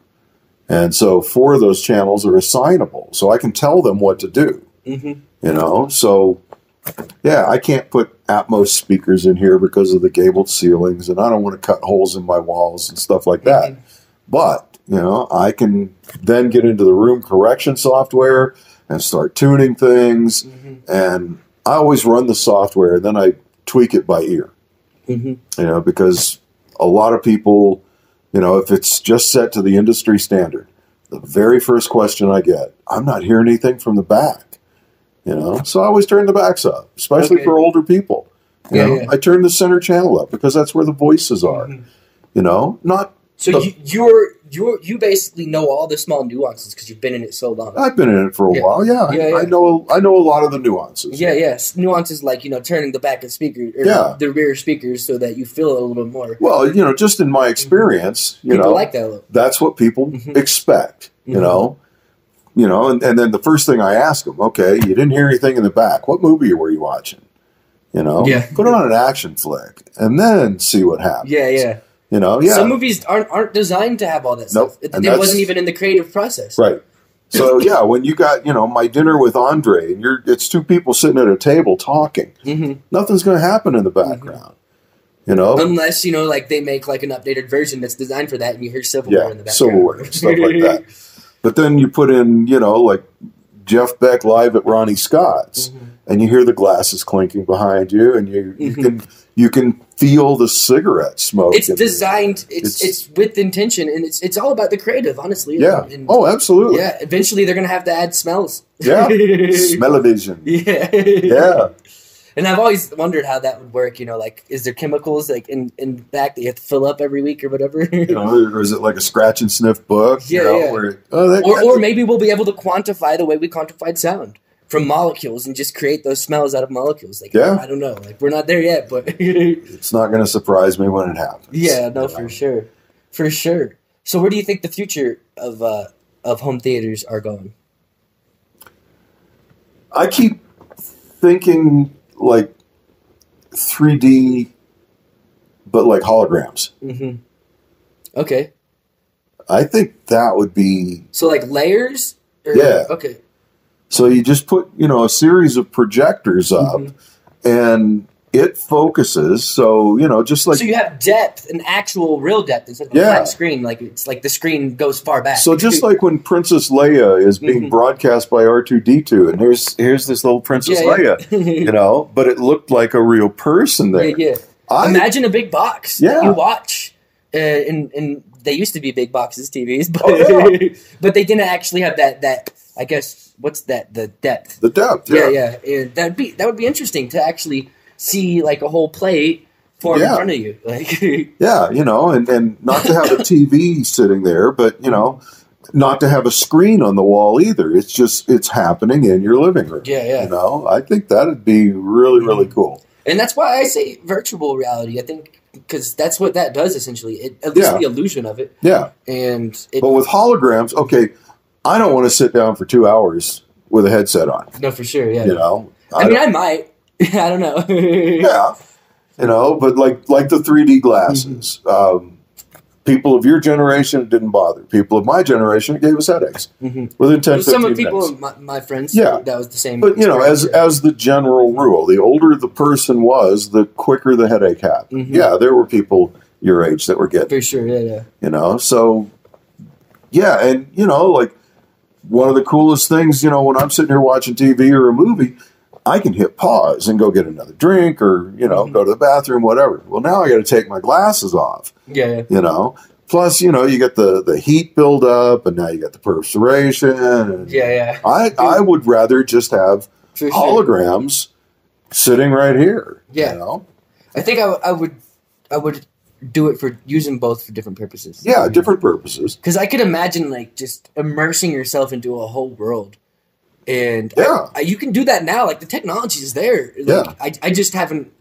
and so four of those channels are assignable so i can tell them what to do
Mhm.
you know so yeah i can't put atmos speakers in here because of the gabled ceilings and i don't want to cut holes in my walls and stuff like
Mm-hmm.
that but you know, I can then get into the room correction software and start tuning things.
Mm-hmm.
And I always run the software and then I tweak it by ear.
Mhm.
You know, because a lot of people, you know, if it's just set to the industry standard, the very first question I get, I'm not hearing anything from the back. You know, so I always turn the backs up, especially
Okay.
for older people. You
Yeah,
know,
yeah. Mm-hmm.
I turn the center channel up because that's where the voices are. You know, not
So
the-
you, you're you're you basically know all the small nuances because you've been in it so long.
I've been in it for a
Yeah.
while. Yeah,
Yeah,
I,
yeah.
I know. I know a lot of the nuances.
yeah, yeah. S- Nuances like you know turning the back of speaker or
Yeah.
the rear speakers so that you feel it a little bit more.
Well, you know, just in my experience, you
Mm-hmm. People
know,
like that a little.
that's what people
Mhm.
expect. You
Mhm.
know, you know, and, and then the first thing I ask them, okay, you didn't hear anything in the back. What movie were you watching? You know,
Yeah.
put on an action flick and then see what happens.
Yeah, yeah,
You know, yeah,
Some movies aren't aren't designed to have all that
Nope.
stuff. It,
And
it
that's-
wasn't even in the creative process.
right. So yeah, when you got you know my dinner with Andre and you're it's two people sitting at a table talking,
hmm
nothing's going to happen in the background. You know,
Mm-hmm. Unless you know, like they make like an updated version that's designed for that, and you hear silverware
yeah,
in the background.
silverware stuff like that. But then you put in, you know, like Jeff Beck live at Ronnie Scott's,
Mm-hmm.
and you hear the glasses clinking behind you, and you, you can you can feel the cigarette smoke.
it's
in the-
designed. It's,
It's-
it's with intention, and it's it's all about the creative, honestly.
Yeah.
And-
Oh, absolutely.
yeah. Eventually, they're gonna have to add smells.
Yeah. Smell-o-vision.
Yeah.
Yeah.
And I've always wondered how that would work. You know, like is there chemicals like in in back that you have to fill up every week or whatever?
You know, or is it like a scratch and sniff book? you
Yeah,
know,
yeah.
where- oh, that-
or or maybe we'll be able to quantify the way we quantified sound from molecules and just create those smells out of molecules. Like
Yeah.
I don't know. Like we're not there yet, but
it's not going to surprise me when it happens.
yeah, no,
You
for
know?
sure, for sure. So where do you think the future of uh, of home theaters are going?
I keep thinking like 3D, but like holograms.
hmm Okay,
I think that would be
so like layers. Or,
Yeah.
Okay.
so you just put, you know, a series of projectors up
Mm-hmm.
and it focuses. So, you know, just like
so you have depth, an actual real depth instead of a
Yeah.
flat screen. Like it's like the screen goes far back.
so just like when Princess Leia is being
Mhm.
broadcast by R2D2 and here's here's this little Princess
Yeah, yeah.
Leia, you know, but it looked like a real person there.
yeah, yeah.
I
Imagine a big box that
Yeah.
you watch. Uh, and and they used to be big boxes TVs, but
Oh,
but they didn't actually have that that I guess what's that the depth.
the depth.
Yeah, yeah. And that'd be that would be interesting to actually see like a whole plate form in
Yeah.
front of you. Like
Yeah, you know, and, and not to have a TV sitting there, but you know, not to have a screen on the wall either. It's just it's happening in your living room.
Yeah, Mm-hmm. yeah.
You know, I think that'd be really really cool.
And that's why I say virtual reality. I think because that's what that does essentially. It, at least
Yeah.
the illusion of it,
Yeah.
and it,
But with holograms, okay, I don't want to sit down for two hours with a headset on.
no, for sure. Yeah,
You know,
I, mean,
don't-
I might. I don't know.
yeah, you know, but like like the three D glasses.
Mm-hmm.
Um, people of your generation it didn't bother. People of my generation it gave us headaches
Mhm.
within 10, 15
Some of people,
minutes.
my, my friends,
Yeah.
that was the same.
But you know, as
experience.
as the general rule, the older the person was, the quicker the headache happened.
Mhm.
Yeah, there were people your age that were getting
for sure, yeah, yeah.
you know so yeah and you know like one of the coolest things you know when i'm sitting here watching tv or a movie i can hit pause and go get another drink or you know go to the bathroom whatever well now i got to take my glasses off
yeah, yeah.
you know plus you know you get the the heat build up and now you got the perspiration and
Yeah, yeah.
i i would rather just have
For sure.
holograms sitting right here
Yeah.
you know
I think I, w- I would, I would do it for using both for different purposes.
yeah different purposes
Because I could imagine like just immersing yourself into a whole world, and I-
Yeah.
I- you can do that now. Like the technology is there. Like,
Yeah.
I, I just haven't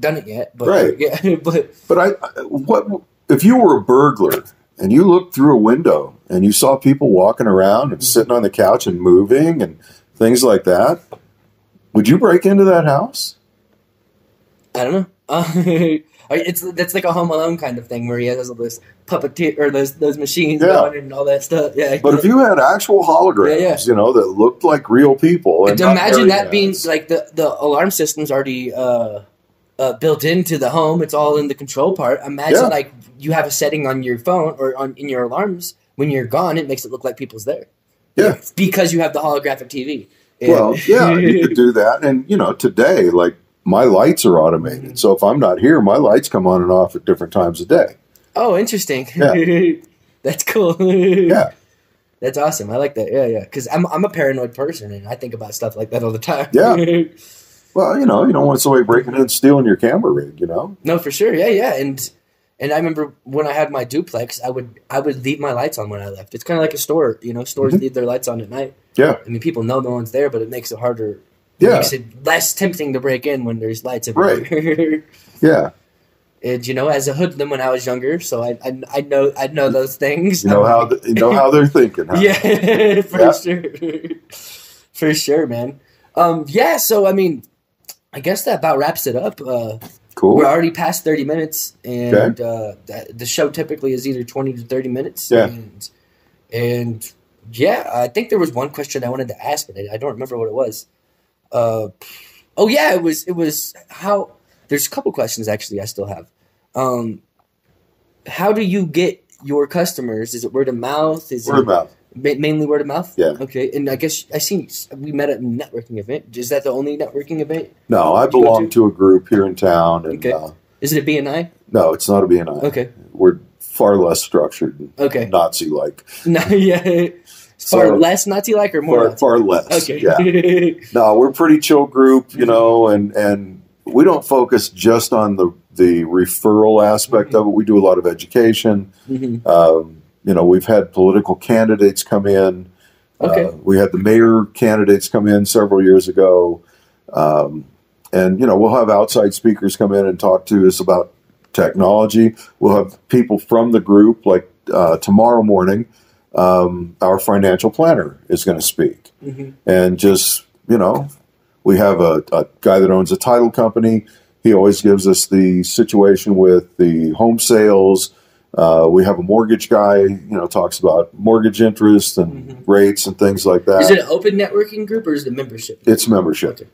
done it yet. But
Right.
Yeah, but
But I, I- what if you were a burglar and you looked through a window and you saw people walking
Mm-hmm.
around and sitting on the couch and moving and things like that? Would you break into that house?
I don't know. Uh, it's that's like a Home Alone kind of thing where he has all those puppeteer or those those machines
Yeah.
going and all that stuff. Yeah.
But if you had actual holograms,
Yeah, yeah.
you know, that looked like real people,
And
and not
imagine that being
marionettes.
like the the alarm system's already uh, uh, built into the home. It's all in the control part. Imagine
Yeah.
like you have a setting on your phone or on in your alarms when you're gone. It makes it look like people's there.
Yeah.
It's because you have the holographic TV. And-
well, yeah, you could do that. And you know, today, like my lights are automated, so if I'm not here, my lights come on and off at different times of day.
oh, interesting.
Yeah.
That's cool.
Yeah,
That's awesome. I like that. Yeah, yeah. Because I'm I'm a paranoid person and I think about stuff like that all the time.
Yeah. well, you know, you don't want somebody breaking in and stealing your camera rig, you know.
No, for sure. Yeah, yeah. And and I remember when I had my duplex, I would I would leave my lights on when I left. It's kind of like a store, you know.
Mm-hmm.
Stores leave their lights on at night.
Yeah,
I mean, people know no one's there, but it makes it harder. It
yeah,
makes it less tempting to break in when there's lights everywhere.
yeah.
and you know, as a hoodlum when I was younger, so I I, I know I know those things.
You know how th- you know how they're thinking. Huh?
yeah, for
Yeah.
sure, for sure, man. Um, yeah. So I mean, I guess that about wraps it up. Uh,
Cool.
We're already past 30 minutes, and uh, th- the show typically is either 20 to 30 minutes.
Yeah.
And, and yeah, I think there was one question I wanted to ask, but I, I don't remember what it was. Uh, oh yeah, it was it was how. There's a couple questions actually I still have. Um, how do you get your customers? Is it word of mouth? Is
Word
it
of mouth.
ma- mainly word of mouth?
Yeah.
Okay, and I guess I seen we met at a networking event. Is that the only networking event?
No, I belong to a group here in town, and
Okay.
uh,
Is it a BNI?
no, it's not a BNI.
Okay.
We're far less structured, and
Okay.
Nazi-like,
No, yeah.
So-
Far less Nazi like or more
far,
Nazi?
far less.
Okay.
Yeah. No, we're a pretty chill group, you know, and and we don't focus just on the the referral aspect
Mm-hmm.
of it. We do a lot of education.
Mhm.
Um, you know, we've had political candidates come in.
Okay.
Uh, we had the mayor candidates come in several years ago. Um, and, you know, we'll have outside speakers come in and talk to us about technology. We'll have people from the group, like uh, tomorrow morning, um, our financial planner is going to speak.
Mhm.
And just, you know, we have a, a guy that owns a title company. He always gives us the situation with the home sales. Uh, we have a mortgage guy, you know, talks about mortgage interest and rates and things like that.
Mm-hmm. Is it an open networking group or is it a membership?
it's membership.
Okay.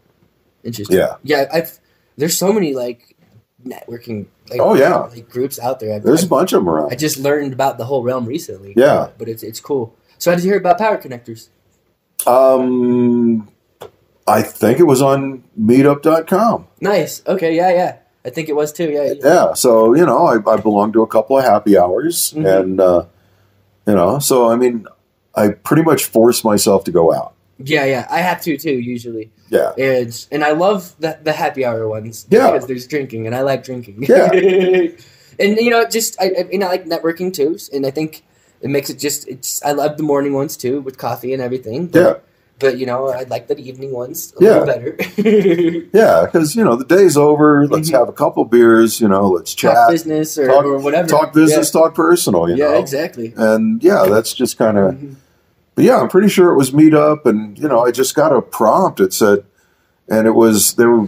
Interesting.
Yeah.
Yeah, I've there's so many like networking like
Oh, yeah.
like groups out there. I've,
There's a
I've,
bunch of them around.
I just learned about the whole realm recently.
Yeah.
But it's it's cool. So how did you hear about power connectors?
Um, I think it was on meetup.com.
Nice. Okay, yeah, yeah. I think it was too. Yeah. yeah.
Yeah. So, you know, I, I belong to a couple of happy hours.
Mhm.
And, uh, you know, so I mean, I pretty much force myself to go out.
Yeah, yeah. I have to too usually.
Yeah.
And and I love the the happy hour ones.
Yeah.
Because there's drinking, and I like drinking.
Yeah.
and you know, just I, I and I like networking too, and I think it makes it just it's I love the morning ones too with coffee and everything.
Yeah.
But you know, I like the evening ones a
Yeah.
little better.
Yeah, because you know the day's over. Let's have a couple beers. You know, let's chat,
Mm-hmm. Talk business or,
Talk-
or whatever.
talk business, talk personal.
Yeah,
You
yeah
know,
exactly. Mm-hmm.
and yeah, that's just kind of. But yeah, I'm pretty sure it was Meetup, and you know, I just got a prompt. It said, and it was they were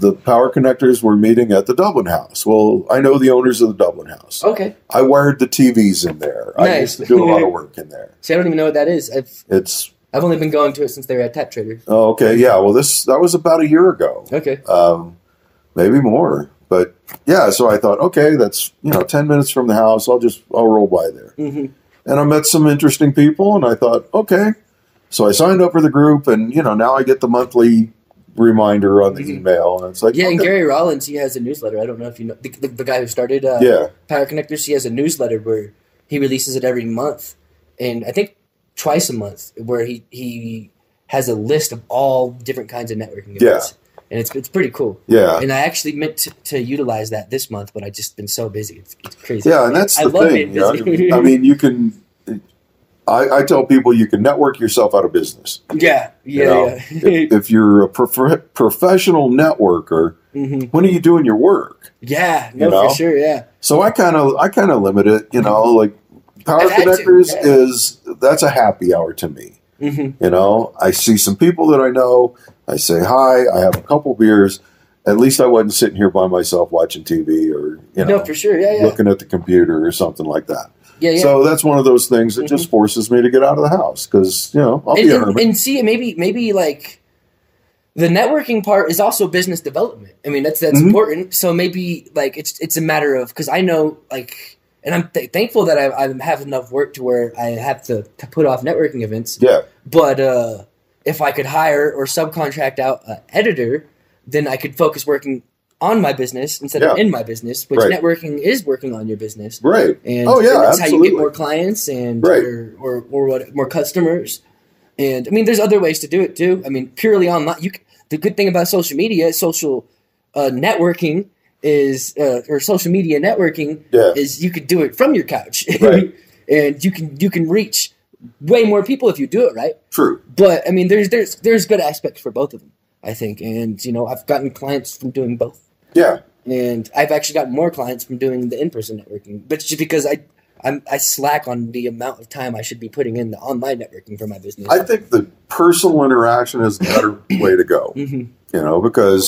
the power connectors were meeting at the Dublin House. Well, I know the owners of the Dublin House.
Okay.
I wired the TVs in there. I
Nice.
used to do a lot of work in there.
See, I don't even know what that is. I've
It's
I've only been going to it since they were at Tap Trader.
oh, okay. Yeah. Well, this that was about a year ago.
Okay.
um, maybe more. But yeah, so I thought, okay, that's you know ten minutes from the house. I'll just I'll roll by there,
Mhm.
and I met some interesting people, and I thought, okay, so I signed up for the group, and you know now I get the monthly reminder on the email, and it's like
Mm-hmm. Yeah, and
okay.
Gary Rollins, he has a newsletter. I don't know if you know the, the, the guy who started uh,
yeah,
Power Connectors. He has a newsletter where he releases it every month, and I think twice a month, where he he has a list of all different kinds of networking
Yeah.
events, and it's it's pretty cool.
yeah,
And I actually meant to, to utilize that this month, but I just been so busy. It's, it's crazy.
yeah, and that's
I
the
love
thing.
being
you know,
busy.
I mean, you can. I, I tell people you can network yourself out of business.
yeah,
you know?
yeah, yeah.
if, if you're a prof- professional networker,
Mhm.
when are you doing your work?
yeah. No,
You know?
for sure. Yeah,
So I kind of I kind of limit it, you know, like power
I've had to,
connectors
yeah.
is that's a happy hour to me.
Mhm.
You know, I see some people that I know, I say hi, I have a couple beers. At least I wasn't sitting here by myself watching TV or you know
no, for sure. Yeah, yeah,
looking at the computer or something like that.
yeah, yeah.
So that's one of those things that just forces me to get out of the house because you know I'll
and,
be a
and,
hermit.
and see maybe maybe like the networking part is also business development i mean that's that's
Mhm.
important so maybe like it's it's a matter of because i know like and i'm th- thankful that I, I have enough work to where i have to, to put off networking events
yeah,
but uh if i could hire or subcontract out an editor then i could focus working on my business instead of
Yeah.
in my business which
Right.
networking is working on your business
right.
and
oh
and
yeah,
that's how you get
absolutely.
more clients and
Right.
or, or or what more customers. And I mean, there's other ways to do it too. I mean, purely online. You c- the good thing about social media, social uh, networking is uh, or social media networking
Yeah.
is you could do it from your couch,
Right.
and you can you can reach way more people if you do it right.
True.
But I mean, there's there's there's good aspects for both of them, I think. And you know, I've gotten clients from doing both
Yeah.
and I've actually got more clients from doing the in-person networking, but it's just because I I'm, I slack on the amount of time I should be putting in the online networking for my business.
I think the personal interaction is the better way to go.
Mhm.
You know, because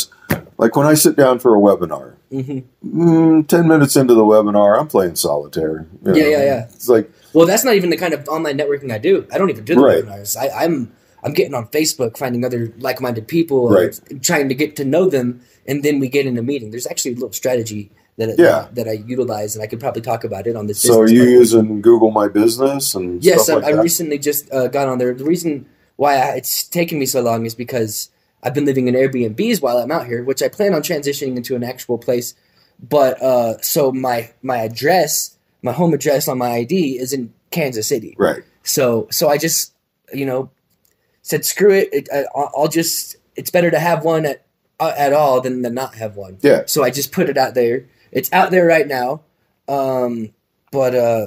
like when I sit down for a webinar,
Mhm.
mm, ten minutes into the webinar, I'm playing solitaire. you
Yeah, yeah, yeah.
It's like
well, that's not even the kind of online networking I do. I don't even do the
Right.
webinars. I, I'm I'm getting on Facebook, finding other like-minded people, and
Right.
trying to get to know them, and then we get in a meeting. There's actually a little strategy that I,
Yeah.
that I utilize, and I could probably talk about it on this.
so. Are
business
you
part.
using Google My Business and
Yes,
stuff
I,
like
I
that?
recently just uh, got on there. The reason why I, it's taken me so long is because I've been living in Airbnbs while I'm out here, which I plan on transitioning into an actual place. But uh, so my my address, my home address on my ID is in Kansas City.
right.
So so I just you know said screw it. it I, I'll I'll just it's better to have one at uh, at all than than not have one.
Yeah.
So I just put it out there. It's out there right now, um, but uh,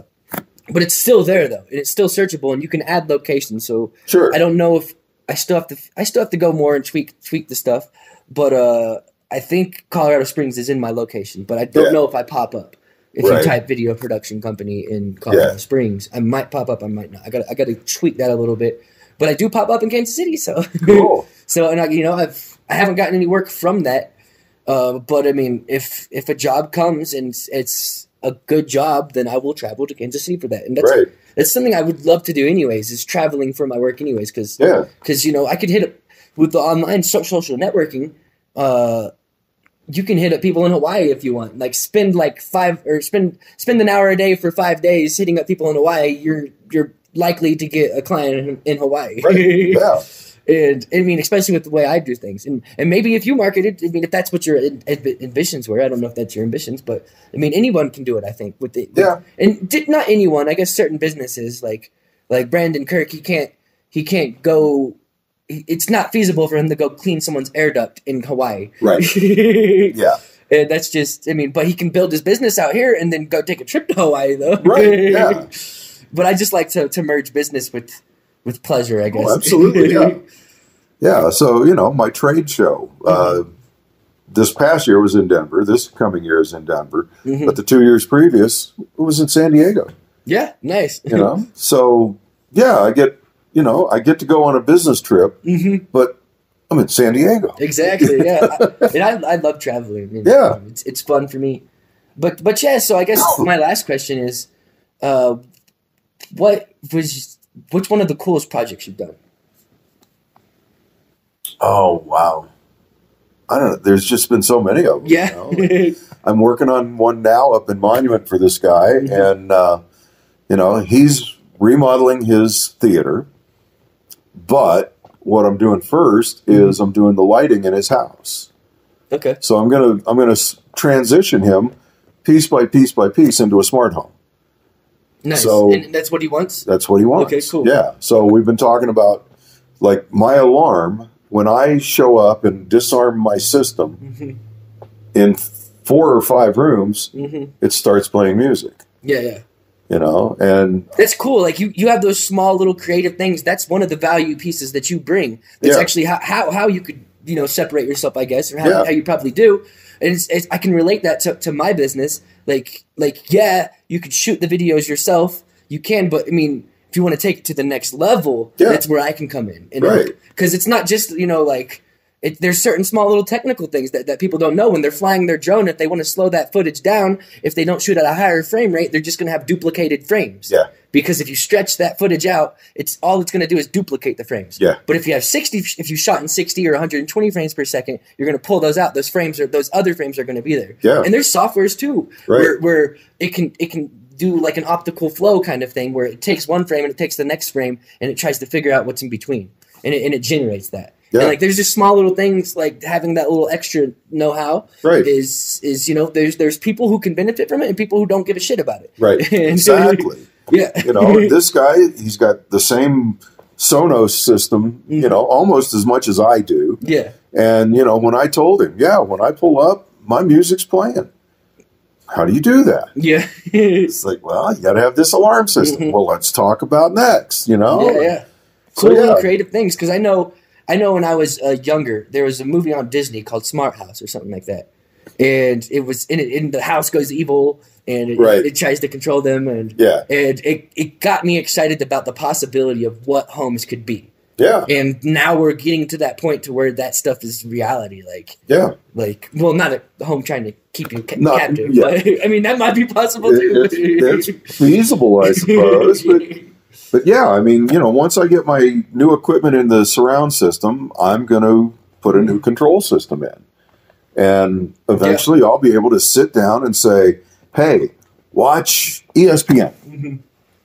but it's still there though, and it's still searchable, and you can add locations. So
Sure.
I don't know if I still have to. I still have to go more and tweak tweak the stuff, but uh, I think Colorado Springs is in my location, but I don't
Yeah.
know if I pop up. If
Right.
you type video production company in Colorado
Yeah.
Springs, I might pop up. I might not. I got. I got to tweak that a little bit, but I do pop up in Kansas City. So
Cool.
so and I, you know, I've I haven't gotten any work from that. Uh, but I mean, if if a job comes and it's- it's a good job, then I will travel to Kansas City for that. And that's
Right.
that's something I would love to do anyways. Is traveling for my work anyways because
Yeah.
you know I could hit up with the online so- social networking. Uh, you can hit up people in Hawaii if you want. Like spend like five or spend spend an hour a day for five days hitting up people in Hawaii. You're you're likely to get a client in, in Hawaii.
Right. Yeah.
And I mean, especially with the way I do things, and and maybe if you market it, I mean, if that's what your in- in- ambitions were, I don't know if that's your ambitions, but I mean, anyone can do it. I think with the with-
Yeah.
and did not anyone. I guess certain businesses like like Brandon Kirk, he can't he can't go. he- It's not feasible for him to go clean someone's air duct in Hawaii.
Right. Yeah.
and that's just, I mean, but he can build his business out here and then go take a trip to Hawaii, though.
Right. Yeah.
but I just like to, to merge business with with pleasure, I guess.
Oh, absolutely, yeah. Yeah, so you know, my trade show uh, this past year was in Denver. This coming year is in Denver,
Mhm.
but the two years previous it was in San Diego.
Yeah, nice.
You know, so yeah, I get you know I get to go on a business trip,
hmm
but I'm in San Diego.
Exactly. Yeah, I, and I, I love traveling. you
Yeah.
it's, it's fun for me. But but yeah, so I guess my last question is, uh, what was which one of the coolest projects you've done?
Oh wow! I don't know. There's just been so many of them. you
Yeah,
know? I'm working on one now up in Monument for this guy,
Mm-hmm.
and uh, you know he's remodeling his theater. But what I'm doing 1st
Mm-hmm.
is I'm doing the lighting in his house.
okay.
So I'm gonna I'm gonna s- transition him piece by piece by piece into a smart home.
Nice.
So-
and that's what he wants.
That's what he wants.
Okay, cool.
Yeah. So we've been talking about like my alarm when I show up and disarm my system
Mhm.
in four or five rooms,
hmm
it starts playing music.
Yeah, yeah.
You know, and
That's cool. Like you, you have those small little creative things. That's one of the value pieces that you bring. That's
Yeah.
actually how, how how you could you know separate yourself, I guess, or how,
Yeah.
how you probably do. And it's, it's, I can relate that to, to my business. Like like yeah, you could shoot the videos yourself. You can, but I mean, if you want to take it to the next level,
Yeah.
that's where I can come in. And
Right.
Because it's not just you know like. It, there's certain small little technical things that, that people don't know when they're flying their drone. If they want to slow that footage down, if they don't shoot at a higher frame rate, they're just going to have duplicated frames
Yeah.
because if you stretch that footage out, it's all it's going to do is duplicate the frames.
Yeah.
But if you have sixty, if you shot in sixty or one hundred and twenty frames per second, you're going to pull those out. Those frames are those other frames are going to be there.
Yeah.
And there's softwares too,
Right.
where, where it can it can do like an optical flow kind of thing, where it takes one frame and it takes the next frame and it tries to figure out what's in between, and it, and it generates that.
Yeah.
And like there's just small little things like having that little extra know-how
Right.
is is you know there's there's people who can benefit from it and people who don't give a shit about it.
right
And-
exactly.
Yeah.
you know, and this guy he's got the same Sonos system,
Mm-hmm.
you know, almost as much as I do.
yeah.
And you know, when I told him, yeah, when I pull up, my music's playing. How do you do that?
Yeah.
Oh,
yeah,
It's like, well, you got to have this alarm system. Well, let's talk about next. You know,
Mm-hmm. yeah.
So,
Cool little
yeah.
creative things because I know I know when I was uh, younger there was a movie on Disney called Smart House or something like that, and it was in it in the house goes evil and it,
Right.
it tries to control them and
Yeah.
and it it got me excited about the possibility of what homes could be
yeah,
and now we're getting to that point to where that stuff is reality like
yeah.
like well not a home trying to keep you ca-
Not-
captive
yeah.
but I mean that might be possible too.
It, it's, it's feasible, I suppose. But but yeah, I mean, you know, once I get my new equipment in the surround system, I'm going to put a new control system in, and eventually, I'll be able to sit down and say, "Hey, watch E ESPN."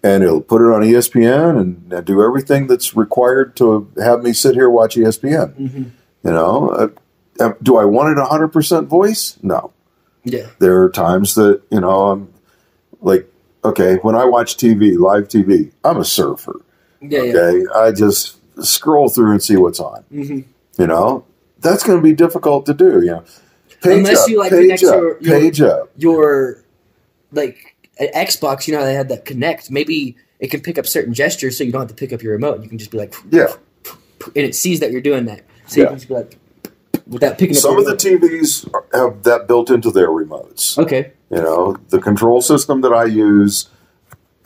And it'll put it on E ESPN and, and do everything that's required to have me sit here watch E ESPN. You know, uh, uh, do I want it 100% voice? No.
yeah.
There are times that, you know, I'm like, okay, when I watch TV, live TV, I'm a surfer.
Yeah, yeah.
Okay. I just scroll through and see what's on.
Mhm.
You know, that's going to be difficult to do. You know, page
Unless
up,
you, like,
page
connect
up,
your- your-
page up.
your like an Xbox, you know, how they had that connect. Maybe it can pick up certain gestures, so you don't have to pick up your remote. You can just be like,
Yeah.
and it sees that you're doing that, so you
Yeah.
can just be like, without picking up.
Some
your
of the
remote.
TVs have that built into their remotes.
okay,
You know, the control system that I use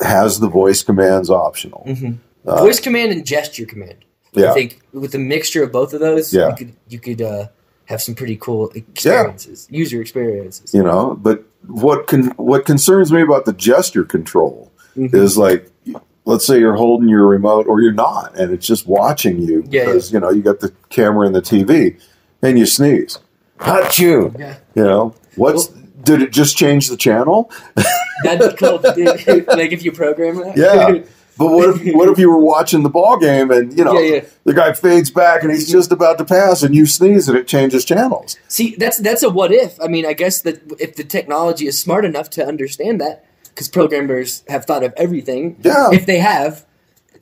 has the voice commands optional. Uh,
Mm-hmm. voice command and gesture command. I
Yeah.
think with a mixture of both of those,
Yeah.
you could you could uh, have some pretty cool experiences, user experiences.
you know but what can what concerns me about the gesture control
Mhm.
is like let's say you're holding your remote or you're not and it's just watching you
Yeah,
because you know you got the camera and the tv and you sneeze hot you
Yeah,
you know what's did it just change the channel
that'd be cool. if you did- like if you program that.
yeah but what if what if you were watching the ball game and you know
Yeah, yeah.
the guy fades back and he's just about to pass and you sneeze and it changes channels
See, that's that's a what if. I mean, I guess that if the technology is smart enough to understand that, because programmers have thought of everything.
Yeah.
If they have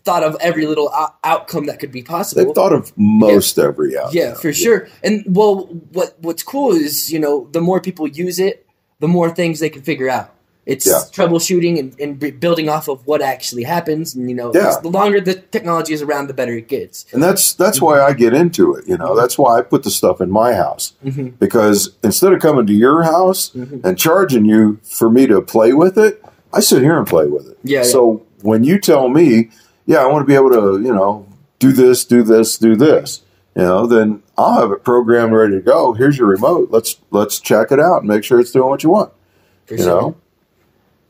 thought of every little o- outcome that could be possible.
they've thought of most every out
yeah, for sure. And well, what what's cool is you know the more people use it, the more things they can figure out. It's
Yeah.
troubleshooting and, and b- building off of what actually happens. And you know,
Yeah.
the longer the technology is around, the better it gets.
And that's that's why I get into it. You know, that's why I put the stuff in my house
Mhm.
because instead of coming to your house
Mhm.
and charging you for me to play with it, I sit here and play with it.
Yeah, yeah.
So when you tell me, yeah, I want to be able to, you know, do this, do this, do this, you know, then I'll have it programmed ready to go. Here's your remote. Let's let's check it out and make sure it's doing what you want.
For
You
sure.
know.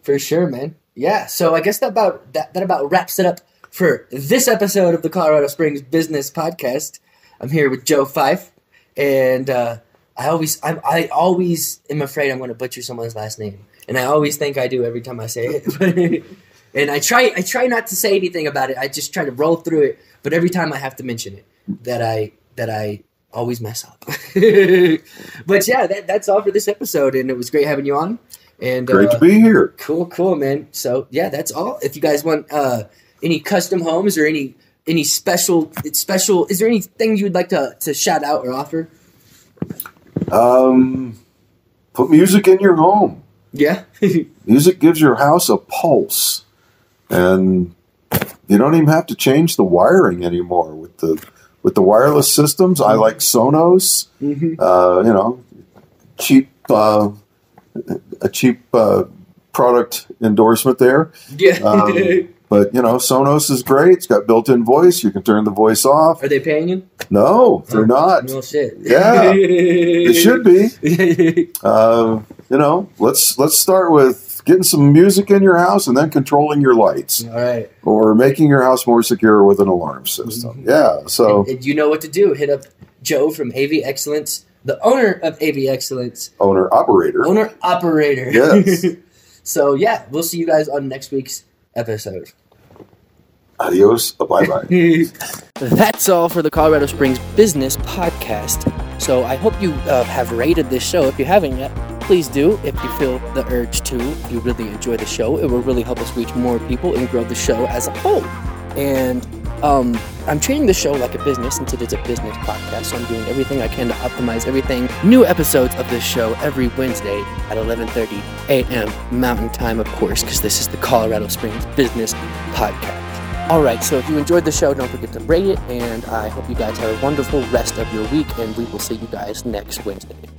For sure, man. Yeah. So I guess that about that, that about wraps it up for this episode of the Colorado Springs Business Podcast. I'm here with Joe Fife, and uh, I always I'm, I always am afraid I'm going to butcher someone's last name, and I always think I do every time I say it. and I try I try not to say anything about it. I just try to roll through it. But every time I have to mention it, that I that I always mess up. but yeah, that, that's all for this episode, and it was great having you on. And
Great
uh,
to be here.
Cool, cool, man. So yeah, that's all. If you guys want uh, any custom homes or any any special it's special, is there anything you would like to to shout out or offer?
Um, put music in your home.
Yeah,
Music gives your house a pulse, and you don't even have to change the wiring anymore with the with the wireless systems. I like Sonos.
Mm-hmm.
Uh, you know, cheap uh, a cheap uh, product endorsement there,
yeah.
Um, but you know, Sonos is great. It's got built-in voice. You can turn the voice off.
Are they paying you?
No, they're not.
No shit.
Yeah. It should be.
be.
Uh, you know, let's let's start with getting some music in your house and then controlling your lights
all right.
or making your house more secure with an alarm system. Yeah. So
Mm-hmm. And you know what to do. Hit up Joe from AV Excellence, the owner of AV Excellence,
owner operator.
owner operator.
Yes.
so yeah, we'll see you guys on next week's episode.
Adios. Bye bye.
That's all for the Colorado Springs Business Podcast. So I hope you uh, have rated this show. If you haven't yet, please do. If you feel the urge to, if you really enjoy the show, it will really help us reach more people and grow the show as a whole. And um, I'm treating the show like a business since it is a business podcast. So I'm doing everything I can to optimize everything. New episodes of this show every Wednesday at 11:30 a.m. Mountain Time, of course, because this is the Colorado Springs Business Podcast. All right, so if you enjoyed the show, don't forget to rate it, and I hope you guys have a wonderful rest of your week, and we will see you guys next Wednesday.